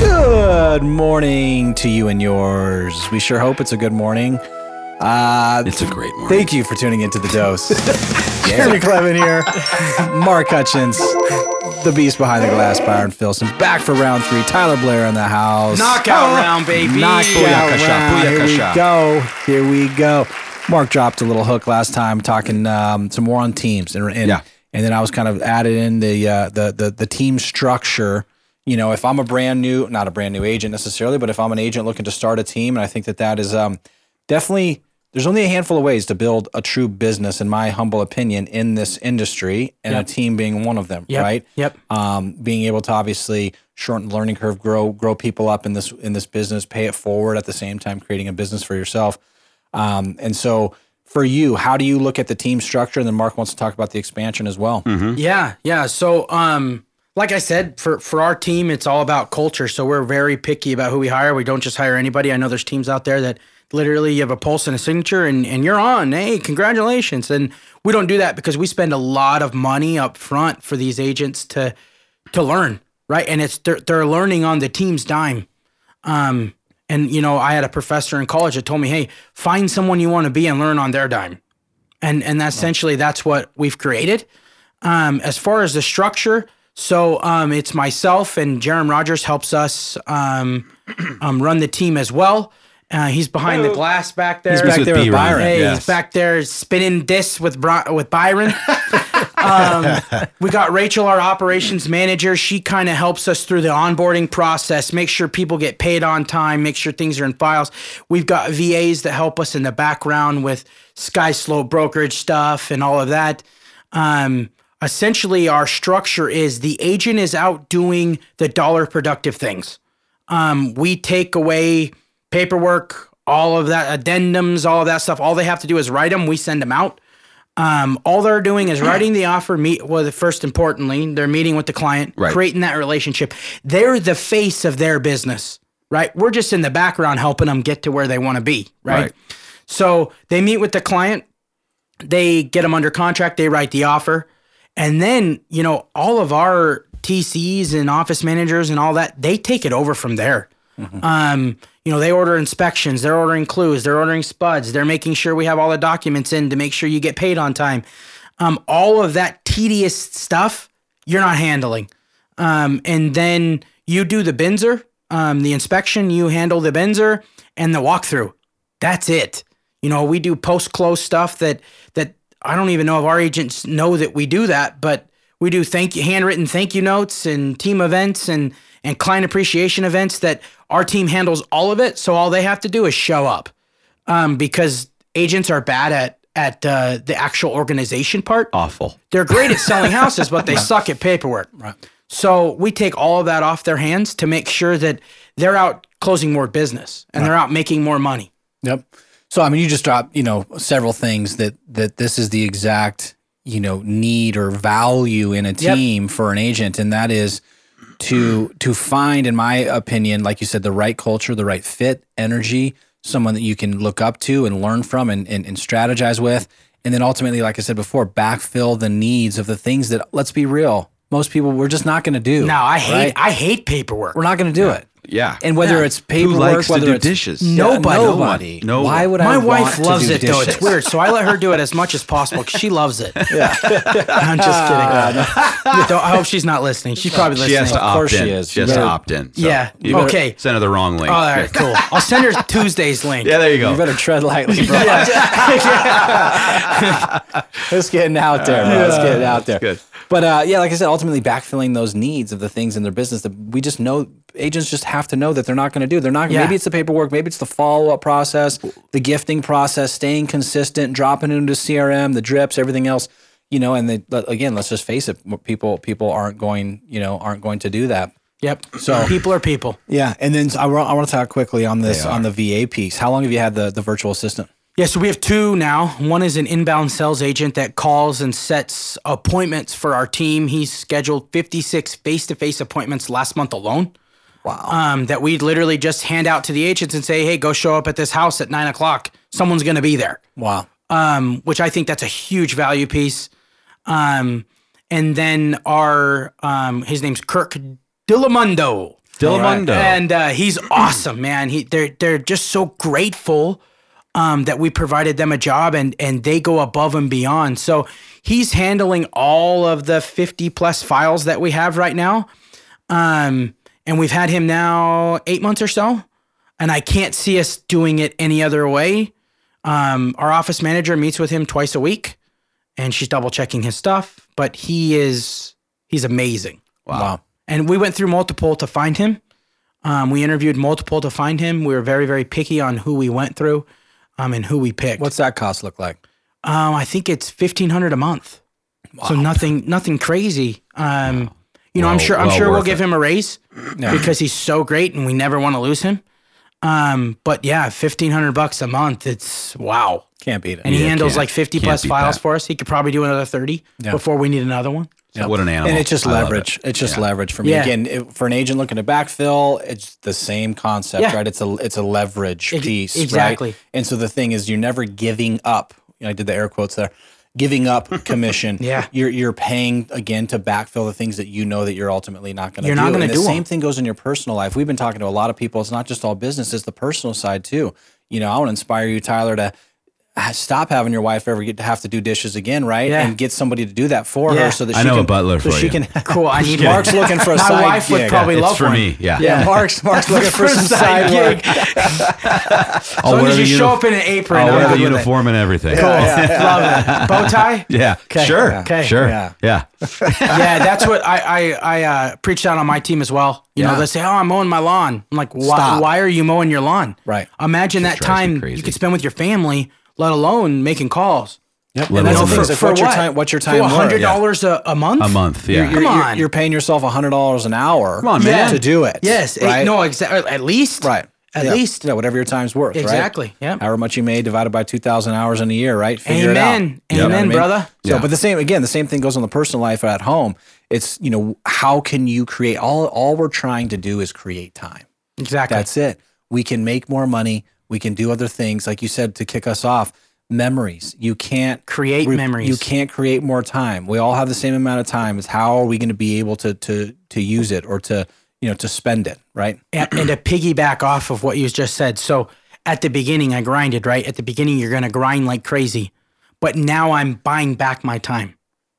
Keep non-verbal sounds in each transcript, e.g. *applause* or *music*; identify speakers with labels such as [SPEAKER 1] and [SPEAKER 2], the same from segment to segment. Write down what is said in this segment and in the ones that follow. [SPEAKER 1] Good morning to you and yours. We sure hope it's a good morning. Uh,
[SPEAKER 2] It's a great morning.
[SPEAKER 1] thank you for tuning into the
[SPEAKER 2] *laughs*
[SPEAKER 1] dose. *laughs* Jeremy Clevin here, Mark Hutchins, the beast behind the glass, Byron Filson, back for round three. Tyler Blair in the house.
[SPEAKER 2] Knockout round, baby.
[SPEAKER 1] Knockout
[SPEAKER 2] Booyakasha,
[SPEAKER 1] round. Here we
[SPEAKER 2] booyakasha.
[SPEAKER 1] go. Here we go. Mark dropped a little hook last time, talking um, some more on teams, and and,
[SPEAKER 2] Yeah.
[SPEAKER 1] and then I was kind of added in the, uh, the the the team structure. You know, if I'm a brand new, not a brand new agent necessarily, but if I'm an agent looking to start a team, and I think that that is um, definitely there's only a handful of ways to build a true business, in my humble opinion, in this industry, and a team being one of them,
[SPEAKER 3] Yep.
[SPEAKER 1] right?
[SPEAKER 3] Yep.
[SPEAKER 1] um, being able to obviously shorten the learning curve, grow grow people up in this in this business, pay it forward at the same time creating a business for yourself. Um, and so for you, how do you look at the team structure? And then Mark wants to talk about the expansion as well.
[SPEAKER 3] Yeah, yeah. So, um, like I said, for for our team, it's all about culture. So we're very picky about who we hire. We don't just hire anybody. I know there's teams out there that literally you have a pulse and a signature, and and you're on. Hey, congratulations! And we don't do that because we spend a lot of money up front for these agents to to learn, right? And it's they're, they're learning on the team's dime. Um, and you know, I had a professor in college that told me, "Hey, find someone you want to be and learn on their dime." And and that's essentially that's what we've created. Um, as far as the structure, so um, it's myself and Jerem Rogers helps us um, *clears throat* um, run the team as well. Uh, he's behind the glass back there.
[SPEAKER 1] back there with
[SPEAKER 2] B-Ron.
[SPEAKER 1] Byron.
[SPEAKER 3] Hey,
[SPEAKER 2] Yes.
[SPEAKER 3] he's back there spinning discs with Bri- with Byron. *laughs* um, we got Rachel, our operations manager. She kind of helps us through the onboarding process, make sure people get paid on time, make sure things are in files. We've got VAs that help us in the background with Sky Slope brokerage stuff and all of that. Um, essentially, our structure is the agent is out doing the dollar productive things um, we take away paperwork, all of that addendums, all of that stuff. All they have to do is write them. We send them out. Um, all they're doing is writing the offer. Meet well. First, importantly, they're meeting with the client,
[SPEAKER 2] Right.
[SPEAKER 3] creating that relationship. They're the face of their business, right? We're just in the background helping them get to where they want to be,
[SPEAKER 2] Right.
[SPEAKER 3] right? So they meet with the client they get them under contract, they write the offer. And then, you know, all of our TCs and office managers and all that, they take it over from there. Um, you know, they order inspections, they're ordering clues, they're ordering spuds, they're making sure we have all the documents in to make sure you get paid on time. Um, all of that tedious stuff, you're not handling. Um, and then you do the benzer, um, the inspection, you handle the benzer and the walkthrough. That's it. You know, we do post close stuff that that I don't even know if our agents know that we do that, but we do thank you handwritten thank you notes and team events and and client appreciation events that our team handles all of it. So all they have to do is show up um, because agents are bad at at uh, the actual organization part
[SPEAKER 2] Awful.
[SPEAKER 3] they're great at selling houses, but they suck at paperwork. Right. So we take all of that off their hands to make sure that they're out closing more business and they're out making more money.
[SPEAKER 1] Yep. So I mean, you just dropped you know several things that that this is the exact you know need or value in a
[SPEAKER 3] Yep.
[SPEAKER 1] team for an agent, and that is to to find, in my opinion, like you said, the right culture, the right fit, energy, someone that you can look up to and learn from and and, and strategize with, and then ultimately, like I said before, backfill the needs of the things that let's be real, most people we're just not going to do.
[SPEAKER 3] Now I hate
[SPEAKER 1] right?
[SPEAKER 3] I hate paperwork.
[SPEAKER 1] we're not going to do it.
[SPEAKER 2] Yeah.
[SPEAKER 1] And whether it's
[SPEAKER 2] who
[SPEAKER 1] paperwork,
[SPEAKER 2] likes to
[SPEAKER 1] whether
[SPEAKER 2] do
[SPEAKER 1] it's
[SPEAKER 2] dishes?
[SPEAKER 3] Nobody.
[SPEAKER 1] nobody.
[SPEAKER 2] No
[SPEAKER 1] Why
[SPEAKER 2] one.
[SPEAKER 1] would I?
[SPEAKER 3] My
[SPEAKER 1] want
[SPEAKER 3] wife
[SPEAKER 1] to
[SPEAKER 3] loves
[SPEAKER 1] do
[SPEAKER 3] it though.
[SPEAKER 1] dishes?
[SPEAKER 3] It's weird. So I let her do it as much as possible 'cause she loves it. *laughs* Yeah. I'm just kidding. Don't- I hope she's not listening. She's probably listening.
[SPEAKER 2] She has to
[SPEAKER 1] Of
[SPEAKER 2] opt
[SPEAKER 1] course Ah. she
[SPEAKER 2] in.
[SPEAKER 1] is.
[SPEAKER 2] She has to
[SPEAKER 1] Better-
[SPEAKER 2] opt in. So
[SPEAKER 3] Yeah.
[SPEAKER 2] you better
[SPEAKER 3] Okay.
[SPEAKER 2] Send her the wrong link.
[SPEAKER 3] all right, cool. I'll send her Tuesday's link.
[SPEAKER 2] Yeah, there you go.
[SPEAKER 1] You better tread lightly, *laughs* bro. Let's get it out there, bro. Let's get it out there.
[SPEAKER 2] good.
[SPEAKER 1] But uh, yeah, like I said, ultimately backfilling those needs of the things in their business that we just know agents just have to know that they're not going to do. They're not.
[SPEAKER 3] Yeah.
[SPEAKER 1] Maybe it's the paperwork. Maybe it's the follow up process, the gifting process, staying consistent, dropping into CRM, the drips, everything else. You know, and they, but again, let's just face it. People people aren't going. You know, aren't going to do that.
[SPEAKER 3] Yep. So people are people.
[SPEAKER 1] Yeah, and then I, want to talk quickly on this on the VA piece. How long have you had the the virtual assistant?
[SPEAKER 3] Yeah, so we have two now. One is an inbound sales agent that calls and sets appointments for our team. He's scheduled 56 face to face appointments last month alone. Wow. Um, that we literally just hand out to the agents and say, hey, go show up at this house at nine o'clock. Someone's going to be there
[SPEAKER 1] Wow.
[SPEAKER 3] um, which I think that's a huge value piece. Um, and then our um, his name's Kirk Dillamundo.
[SPEAKER 2] Dillamundo.
[SPEAKER 3] And uh, he's awesome, man. He they're they're just so grateful um, that we provided them a job and and they go above and beyond. So he's handling all of the 50 plus files that we have right now. Um, and we've had him now eight months or so. And I can't see us doing it any other way. Um, our office manager meets with him twice a week and she's double checking his stuff, but he is he's amazing.
[SPEAKER 1] Wow.
[SPEAKER 3] And we went through multiple to find him. Um, we interviewed multiple to find him. We were very, very picky on who we went through um, and who we picked.
[SPEAKER 1] What's that cost look like?
[SPEAKER 3] Um, I think it's fifteen hundred a month. So nothing, nothing crazy. Um, you know, I'm
[SPEAKER 2] Well-
[SPEAKER 3] sure, I'm
[SPEAKER 2] well
[SPEAKER 3] sure we'll
[SPEAKER 2] worth
[SPEAKER 3] give
[SPEAKER 2] it.
[SPEAKER 3] him a raise because he's so great, and we never want to lose him. Um, but yeah, fifteen hundred bucks a month. It's wow,
[SPEAKER 1] Can't beat it.
[SPEAKER 3] and he
[SPEAKER 2] Yeah,
[SPEAKER 3] handles
[SPEAKER 2] can't-
[SPEAKER 3] like fifty
[SPEAKER 2] can't
[SPEAKER 3] plus
[SPEAKER 2] beat
[SPEAKER 3] files
[SPEAKER 2] that.
[SPEAKER 3] for us. He could probably do another thirty
[SPEAKER 1] Yeah.
[SPEAKER 3] before we need
[SPEAKER 2] *laughs*
[SPEAKER 3] another one.
[SPEAKER 1] Yep.
[SPEAKER 2] What an animal.
[SPEAKER 1] And it's just
[SPEAKER 2] I love
[SPEAKER 1] leverage. It's just leverage for me.
[SPEAKER 3] Yeah.
[SPEAKER 1] Again, it, for an agent looking to backfill, it's the same concept,
[SPEAKER 3] Yeah.
[SPEAKER 1] right? It's a it's a leverage
[SPEAKER 3] Ex-
[SPEAKER 1] piece,
[SPEAKER 3] exactly.
[SPEAKER 1] Right? And so the thing is, you're never giving up. You know, I did the air quotes there. Giving up
[SPEAKER 3] *laughs*
[SPEAKER 1] commission.
[SPEAKER 3] Yeah.
[SPEAKER 1] you're you're paying again to backfill the things that you know that you're ultimately not going to.
[SPEAKER 3] You're
[SPEAKER 1] do.
[SPEAKER 3] not gonna
[SPEAKER 1] And
[SPEAKER 3] do
[SPEAKER 1] The
[SPEAKER 3] 'em.
[SPEAKER 1] same thing goes in your personal life. We've been talking to a lot of people. It's not just all business; it's the personal side too. You know, I want to inspire you, Tyler, to ah, stop having your wife ever get to have to do dishes again, right?
[SPEAKER 3] Yeah.
[SPEAKER 1] And get somebody to do that for
[SPEAKER 3] Yeah.
[SPEAKER 1] her, so that
[SPEAKER 2] I
[SPEAKER 1] she
[SPEAKER 2] know a
[SPEAKER 1] can,
[SPEAKER 2] butler
[SPEAKER 1] so
[SPEAKER 2] for
[SPEAKER 1] she
[SPEAKER 2] you.
[SPEAKER 1] can
[SPEAKER 3] Cool. I need
[SPEAKER 1] *laughs* Mark's looking for a
[SPEAKER 3] My
[SPEAKER 1] side
[SPEAKER 3] wife would
[SPEAKER 1] gig.
[SPEAKER 3] probably
[SPEAKER 2] It's
[SPEAKER 3] love
[SPEAKER 2] for
[SPEAKER 3] one.
[SPEAKER 2] me. Yeah.
[SPEAKER 1] Yeah, Mark's Mark's looking for some side
[SPEAKER 3] *laughs*
[SPEAKER 1] work.
[SPEAKER 2] I'll
[SPEAKER 3] As long
[SPEAKER 2] wear
[SPEAKER 3] as
[SPEAKER 2] the
[SPEAKER 3] you
[SPEAKER 2] uni-
[SPEAKER 3] show up in an apron,
[SPEAKER 1] Oh,
[SPEAKER 2] I'll
[SPEAKER 3] I'm
[SPEAKER 2] wear
[SPEAKER 3] good
[SPEAKER 2] the
[SPEAKER 3] with it.
[SPEAKER 2] uniform and everything.
[SPEAKER 3] Cool. *laughs* Love that. Bow
[SPEAKER 1] *laughs*
[SPEAKER 3] tie.
[SPEAKER 2] Yeah. Sure.
[SPEAKER 3] Okay.
[SPEAKER 2] Sure.
[SPEAKER 1] Yeah.
[SPEAKER 2] Yeah.
[SPEAKER 3] yeah, that's what I I, I uh, preach that on my team as well. You
[SPEAKER 1] Yeah.
[SPEAKER 3] know, they say, "Oh, I'm mowing my lawn." I'm like, "Why?
[SPEAKER 1] Stop.
[SPEAKER 3] Why are you mowing your lawn?"
[SPEAKER 1] Right.
[SPEAKER 3] Imagine that
[SPEAKER 2] drives me
[SPEAKER 3] time
[SPEAKER 2] crazy.
[SPEAKER 3] you could spend with your family, let alone making calls.
[SPEAKER 1] Yep.
[SPEAKER 2] Let
[SPEAKER 1] And that's
[SPEAKER 2] alone
[SPEAKER 1] the thing.
[SPEAKER 2] the-
[SPEAKER 1] is, Like, what's your time? What's your time?
[SPEAKER 3] For
[SPEAKER 1] worth?
[SPEAKER 3] hundred dollars a a month.
[SPEAKER 2] A month. Yeah.
[SPEAKER 3] Come
[SPEAKER 1] You're-
[SPEAKER 3] on.
[SPEAKER 1] You're paying yourself hundred dollars an hour.
[SPEAKER 2] Come on, man.
[SPEAKER 1] To do it.
[SPEAKER 3] Yes. eh,
[SPEAKER 1] Right?
[SPEAKER 3] No. Exactly. At least.
[SPEAKER 1] Right.
[SPEAKER 3] At
[SPEAKER 1] Yeah.
[SPEAKER 3] least.
[SPEAKER 1] Yeah. Whatever your time's worth. right?
[SPEAKER 3] Exactly. Yep.
[SPEAKER 1] However much you made divided by two thousand hours in a year. Right. Figure it out.
[SPEAKER 3] Amen.
[SPEAKER 1] You know what I
[SPEAKER 3] Amen,
[SPEAKER 1] mean?
[SPEAKER 3] brother.
[SPEAKER 1] So,
[SPEAKER 2] Yeah.
[SPEAKER 1] but the same again, the same thing goes on the personal life or at home. It's you know how can you create all? All we're trying to do is create time.
[SPEAKER 3] Exactly.
[SPEAKER 1] That's it. We can make more money. We can do other things. Like you said, to kick us off, memories. You can't
[SPEAKER 3] Create
[SPEAKER 1] we-
[SPEAKER 3] memories.
[SPEAKER 1] You can't create more time. We all have the same amount of time. Is how are we going to be able to to to use it or to you know to spend it? Right.
[SPEAKER 3] and, and to piggyback off of what you just said. So at the beginning, I grinded, right? At the beginning, you're going to grind like crazy. But now I'm buying back my time.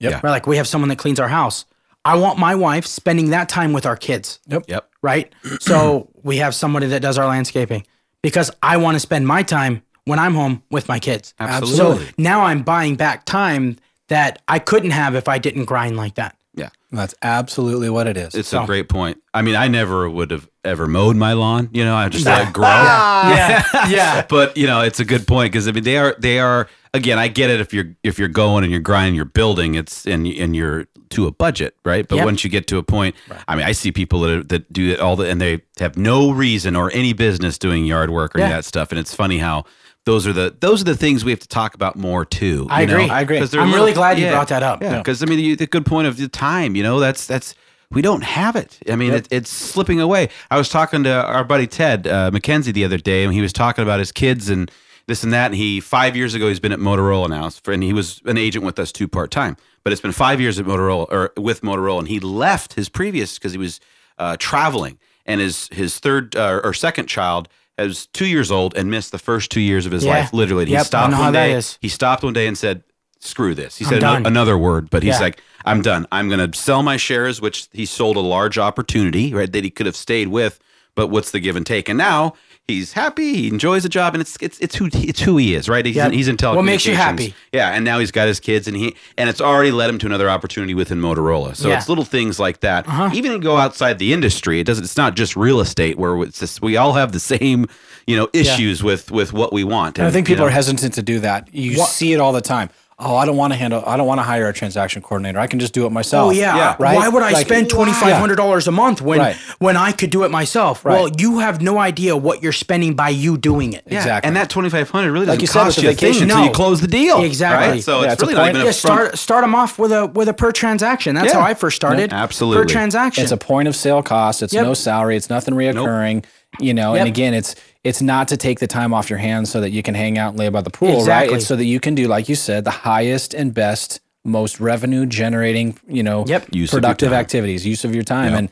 [SPEAKER 1] Yep.
[SPEAKER 2] Yeah.
[SPEAKER 3] Right. Like we have someone that cleans our house. I want my wife spending that time with our kids,
[SPEAKER 2] Yep.
[SPEAKER 3] right? so we have somebody that does our landscaping because I want to spend my time when I'm home with my kids.
[SPEAKER 2] Absolutely.
[SPEAKER 3] So now I'm buying back time that I couldn't have if I didn't grind like that.
[SPEAKER 2] Yeah.
[SPEAKER 1] That's absolutely what it is.
[SPEAKER 2] It's
[SPEAKER 3] So-
[SPEAKER 2] a great point. I mean, I never would have ever mowed my lawn. You know, I just let
[SPEAKER 3] *laughs*
[SPEAKER 2] it grow. *laughs*
[SPEAKER 3] Yeah. yeah.
[SPEAKER 2] but you know it's a good point because I mean they are they are again I get it if you're if you're going and you're grinding you're building it's and and you're to a budget right but
[SPEAKER 3] Yep.
[SPEAKER 2] once you get to a point I mean I see people that, that do it all the and they have no reason or any business doing yard work or any
[SPEAKER 3] Yeah.
[SPEAKER 2] of that stuff and it's funny how those are the those are the things we have to talk about more too
[SPEAKER 3] I
[SPEAKER 2] you know?
[SPEAKER 3] agree. I
[SPEAKER 1] agree.
[SPEAKER 2] 'Cause they're
[SPEAKER 3] I'm
[SPEAKER 2] little-
[SPEAKER 3] really glad you
[SPEAKER 2] yeah.
[SPEAKER 3] brought that up.
[SPEAKER 2] yeah because I mean you, the good point of the time you know that's that's we don't have it. I mean, it, it's slipping away. I was talking to our buddy Ted uh, McKenzie the other day, and he was talking about his kids and this and that. And he five years ago he's been at Motorola now, and he was an agent with us two part time. But it's been five years at Motorola or with Motorola, and he left his previous because he was uh, traveling, and his his third uh, or second child was two years old and missed the first two years of his
[SPEAKER 3] Yeah.
[SPEAKER 2] life. Literally, And
[SPEAKER 3] Yep, I
[SPEAKER 2] he stopped
[SPEAKER 3] know
[SPEAKER 2] one
[SPEAKER 3] how that
[SPEAKER 2] day.
[SPEAKER 3] is.
[SPEAKER 2] He stopped one day and said, "Screw this." He said
[SPEAKER 3] done.
[SPEAKER 2] an- another word, but he's
[SPEAKER 3] Yeah.
[SPEAKER 2] like, "I'm done. I'm going to sell my shares," which he sold a large opportunity, right? That he could have stayed with, but what's the give and take? And now he's happy. He enjoys the job, and it's it's it's who it's who he is, right? He's,
[SPEAKER 3] Yep.
[SPEAKER 2] in, he's in telecommunications.
[SPEAKER 3] What makes you happy?
[SPEAKER 2] Yeah, and now he's got his kids, and he and it's already led him to another opportunity within Motorola. So
[SPEAKER 3] Yeah. Uh-huh.
[SPEAKER 2] it's little things like that. Even go outside the industry, it doesn't. It's not just real estate where it's just, we all have the same, you know, issues with with what we want.
[SPEAKER 1] And I think
[SPEAKER 2] you
[SPEAKER 1] people
[SPEAKER 2] know,
[SPEAKER 1] are hesitant to do that. You see it all the time. Oh, I don't want to handle. I don't want to hire a transaction coordinator. I can just do it myself.
[SPEAKER 3] Oh yeah.
[SPEAKER 2] Yeah.
[SPEAKER 1] Right?
[SPEAKER 3] Why would I
[SPEAKER 1] Like-
[SPEAKER 3] spend twenty five hundred dollars a month when
[SPEAKER 1] Right.
[SPEAKER 3] when I could do it myself? Well, you have no idea what you're spending by you doing it.
[SPEAKER 2] Yeah,
[SPEAKER 1] Exactly.
[SPEAKER 2] And that twenty five hundred really doesn't
[SPEAKER 1] you said,
[SPEAKER 2] cost
[SPEAKER 1] with
[SPEAKER 2] you
[SPEAKER 1] the
[SPEAKER 2] a thing
[SPEAKER 1] vacation-
[SPEAKER 2] until
[SPEAKER 3] No.
[SPEAKER 2] you close the deal.
[SPEAKER 3] Exactly.
[SPEAKER 2] Right? So
[SPEAKER 1] Yeah,
[SPEAKER 2] it's,
[SPEAKER 1] it's a
[SPEAKER 2] really
[SPEAKER 1] point.
[SPEAKER 2] not even
[SPEAKER 3] Yeah,
[SPEAKER 2] a front-
[SPEAKER 3] start start them off with a with a per transaction. That's
[SPEAKER 2] Yeah.
[SPEAKER 3] how I first started.
[SPEAKER 2] Yeah, absolutely.
[SPEAKER 3] per transaction.
[SPEAKER 1] It's a point of sale cost. It's
[SPEAKER 3] Yep.
[SPEAKER 1] no salary. It's nothing reoccurring. You know,
[SPEAKER 3] Yep.
[SPEAKER 1] and again, it's it's not to take the time off your hands so that you can hang out and lay by the pool, right?
[SPEAKER 3] Exactly.
[SPEAKER 1] It's so that you can do, like you said, the highest and best most revenue generating, you know,
[SPEAKER 3] Yep.
[SPEAKER 2] Use of your
[SPEAKER 1] productive
[SPEAKER 2] time.
[SPEAKER 1] activities, use of your time,
[SPEAKER 2] Yep.
[SPEAKER 1] and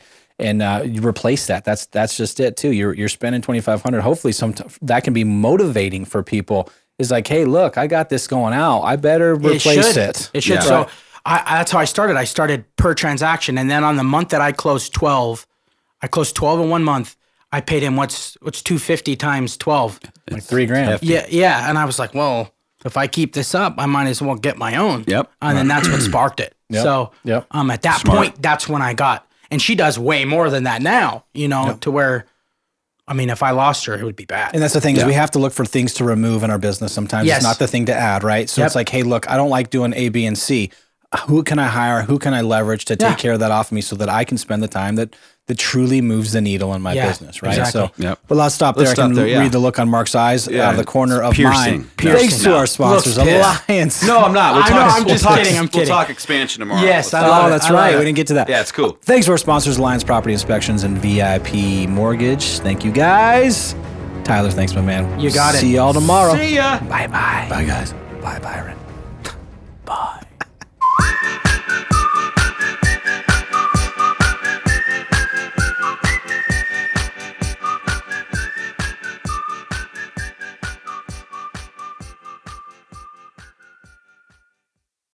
[SPEAKER 1] and uh, you replace that. That's that's just it too. You're you're spending twenty five hundred. Hopefully, some that can be motivating for people. Is like, hey, look, I got this going out. I better replace
[SPEAKER 3] should.
[SPEAKER 1] it.
[SPEAKER 3] It should.
[SPEAKER 2] Yeah.
[SPEAKER 3] So I, I- that's how I started. I started per transaction, and then on the month that I closed twelve, I closed twelve in one month. I paid him what's what's two fifty times twelve.
[SPEAKER 1] Like three grand.
[SPEAKER 3] Yeah, yeah. And I was like, well, if I keep this up, I might as well get my own.
[SPEAKER 2] Yep.
[SPEAKER 3] And then that's
[SPEAKER 2] *clears throat*
[SPEAKER 3] what sparked it.
[SPEAKER 1] Yep.
[SPEAKER 3] So
[SPEAKER 1] Yep.
[SPEAKER 3] um, at that
[SPEAKER 2] Smart.
[SPEAKER 3] point, that's when I got. And she does way more than that now. You know, to where, I mean, if I lost her, it would be bad.
[SPEAKER 1] And that's the thing is we have to look for things to remove in our business sometimes.
[SPEAKER 3] Yes.
[SPEAKER 1] It's not the thing to add, right? So it's
[SPEAKER 3] Yep.
[SPEAKER 1] like, hey, look, I don't like doing A, B, and C. Who can I hire? Who can I leverage to take
[SPEAKER 3] Yeah.
[SPEAKER 1] care of that off me so that I can spend the time that that truly moves the needle in my
[SPEAKER 3] Yeah,
[SPEAKER 1] business, right?
[SPEAKER 3] exactly.
[SPEAKER 1] So,
[SPEAKER 2] Yep.
[SPEAKER 1] but let's stop there.
[SPEAKER 2] Let's
[SPEAKER 1] I
[SPEAKER 2] stop
[SPEAKER 1] can
[SPEAKER 2] there, yeah.
[SPEAKER 1] read the look on Mark's eyes out
[SPEAKER 2] Yeah,
[SPEAKER 1] of the corner of
[SPEAKER 2] it's
[SPEAKER 1] mine.
[SPEAKER 2] piercing. No.
[SPEAKER 1] Thanks to
[SPEAKER 2] No.
[SPEAKER 1] our sponsors,
[SPEAKER 3] Looks pissed.
[SPEAKER 1] Alliance.
[SPEAKER 2] No, I'm not. We'll
[SPEAKER 3] I
[SPEAKER 2] talk,
[SPEAKER 3] know, I'm
[SPEAKER 2] we'll
[SPEAKER 3] just
[SPEAKER 2] talk-
[SPEAKER 3] kidding, I'm
[SPEAKER 2] We'll
[SPEAKER 3] kidding.
[SPEAKER 2] talk expansion tomorrow.
[SPEAKER 3] Yes,
[SPEAKER 2] Let's
[SPEAKER 3] I
[SPEAKER 2] talk-
[SPEAKER 1] *laughs*
[SPEAKER 3] love
[SPEAKER 1] Oh,
[SPEAKER 3] it.
[SPEAKER 1] that's
[SPEAKER 3] I love
[SPEAKER 1] right.
[SPEAKER 3] it.
[SPEAKER 1] We didn't get to that.
[SPEAKER 2] Yeah, it's cool.
[SPEAKER 1] Thanks to our sponsors, Alliance Property Inspections and VIP Mortgage. Thank you guys. Tyler, thanks, my man.
[SPEAKER 3] You got it.
[SPEAKER 1] See y'all tomorrow.
[SPEAKER 2] See ya.
[SPEAKER 1] Bye bye. Bye, guys. Bye, Byron.